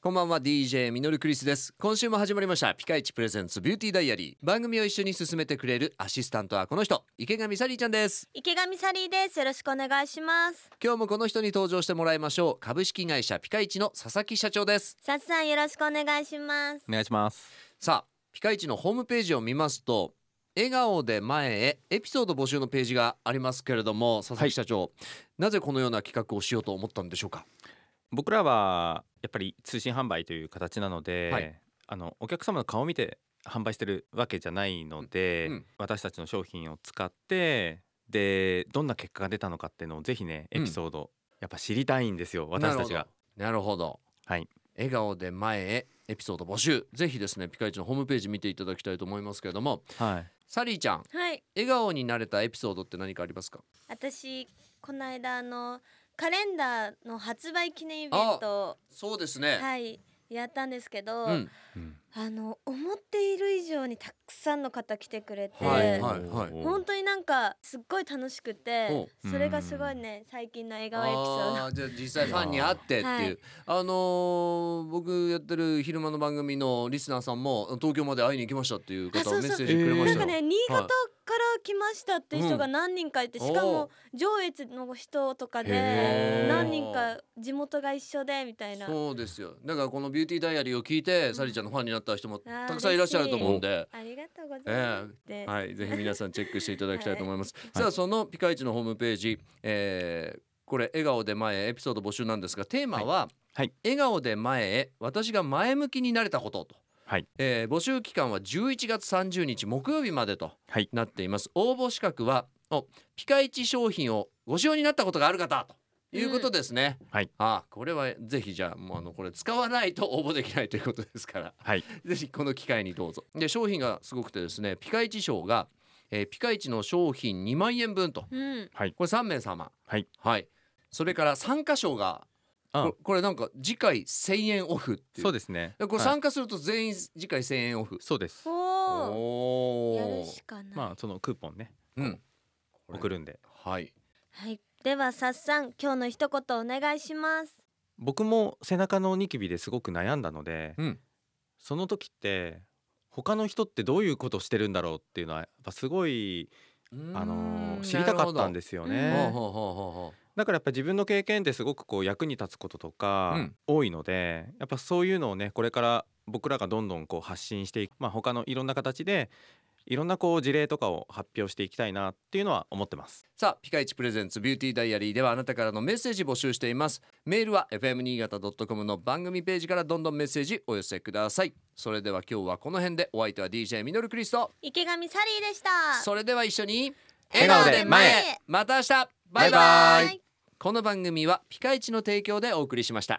こんばんは DJ ミノルクリスです今週も始まりましたピカイチプレゼンツビューティーダイアリー番組を一緒に進めてくれるアシスタントはこの人池上サリーちゃんです池上サリーですよろしくお願いします今日もこの人に登場してもらいましょう株式会社ピカイチの佐々木社長ですさつさんよろしくお願いしますお願いしますさあピカイチのホームページを見ますと笑顔で前へエピソード募集のページがありますけれども佐々木社長、なぜこのような企画をしようと思ったんでしょうか僕らはやっぱり通信販売という形なので、はいあのお客様の顔を見て販売してるわけじゃないので、うんうん私たちの商品を使ってでどんな結果が出たのかっていうのをぜひねうんエピソード、やっぱ知りたいんですよ私たちがなるほどはい笑顔で前へエピソード募集ぜひですねピカイチのホームページ見ていただきたいと思いますけれどもはいサリーちゃんはい笑顔になれたエピソードって何かありますか私この間あのカレンダーの発売記念イベントそうですをねはいやったんですけど、うん、うんあの思っている以上にたくさんの方来てくれて、はいはいはい本当になんかすっごい楽しくておそれがすごいね最近の笑顔エピソードあーじゃあ実際ファンに会ってっていう、はいあのー僕やってる昼間の番組のリスナーさんも東京まで会いに行きましたっていうあ方そうそうメッセージくれまなしんたかよ、ね新潟から来ましたって人が何人かいて、うんしかおーも上越の人とかへでー何人か地元が一緒でみたいなそうですよだからこの「ビューティーダイアリー」を聞いて、んサリーちゃんのファンになった人もーたくさんいらっしゃると思うんで。ありがとうございます、ではい、ぜひ皆さんチェックしていただきたいと思います。はいさあ、そのピカイチのホームページ、えーこれ笑顔で前へエピソード募集なんですが、テーマは。はい笑顔で前へ、私が前向きになれたことと。はいえー募集期間は11月30日木曜日までとはいなっています。応募資格は、お、ピカイチ商品をご使用になったことがある方と。いうことですね。はい。あ、これはぜひじゃあもうあのこれ使わないと応募できないということですから。はいぜひこの機会にどうぞ。で商品がすごくてですねピカイチ賞が、えーピカイチの商品2万円分とうんこれ3名様はい、それから参加賞があここれなんか次回1000円オフっていうそうですねでこれはい参加すると全員次回1000円オフ、そうですおーやおるおしかない、まあそのクーポンねうんこれ送るんではいはいではさっさん今日の一言お願いします僕も背中のニキビですごく悩んだので、うんその時って他の人ってどういうことしてるんだろうっていうのはやっぱすごい、あのー知りたかったんですすよねなねる、ほうほうほうほだからやっぱ自分の経験ってすごくこう役に立つこととかうん多いので、やっぱそういうのをねこれから僕らがどんどんこう発信していく、まあ、他のいろんな形でいろんなこう事例とかを発表していきたいなっていうのは思ってます。うさあピカイチプレゼンツビューティーダイアリーではあなたからのメッセージ募集していますメールは fm 新潟 .com の番組ページからどんどんメッセージお寄せくださいそれでは今日はこの辺でお相手は DJ ミノルクリスト池上サリーでしたそれでは一緒に笑顔で前へまた明日バイバイバイバイこの番組はピカイチの提供でお送りしました